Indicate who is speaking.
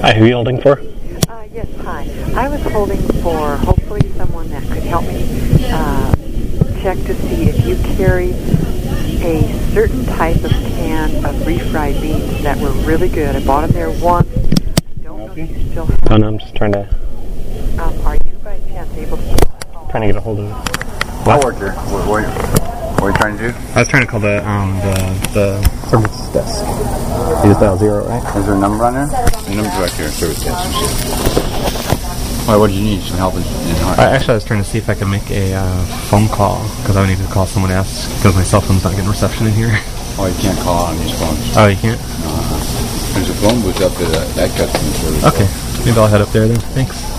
Speaker 1: Hi, who are you holding for?
Speaker 2: Uh, yes, hi. I was holding for hopefully someone that could help me uh, check to see if you carry a certain type of can of refried beans that were really good. I bought them there once. I don't know if you still have
Speaker 1: Oh, no, I'm just trying to
Speaker 2: Um, are you by chance able to
Speaker 1: trying to get a hold of.
Speaker 3: I work here. What, what, what are you trying to do?
Speaker 1: I was trying to call the um the the service desk. You just dial zero, right?
Speaker 3: Is there a number on there? The number's back here. Service Why, what do you need? Some help in, in heart?
Speaker 4: I, actually, I was trying to see if I could make a uh, phone call because I would need to call someone else because my cell phone's not getting reception in here.
Speaker 3: Oh, you can't call on these phones.
Speaker 4: Oh, you can't?
Speaker 3: There's a phone booth up there that, that cuts in service.
Speaker 4: Okay, maybe I'll head up there then. Thanks.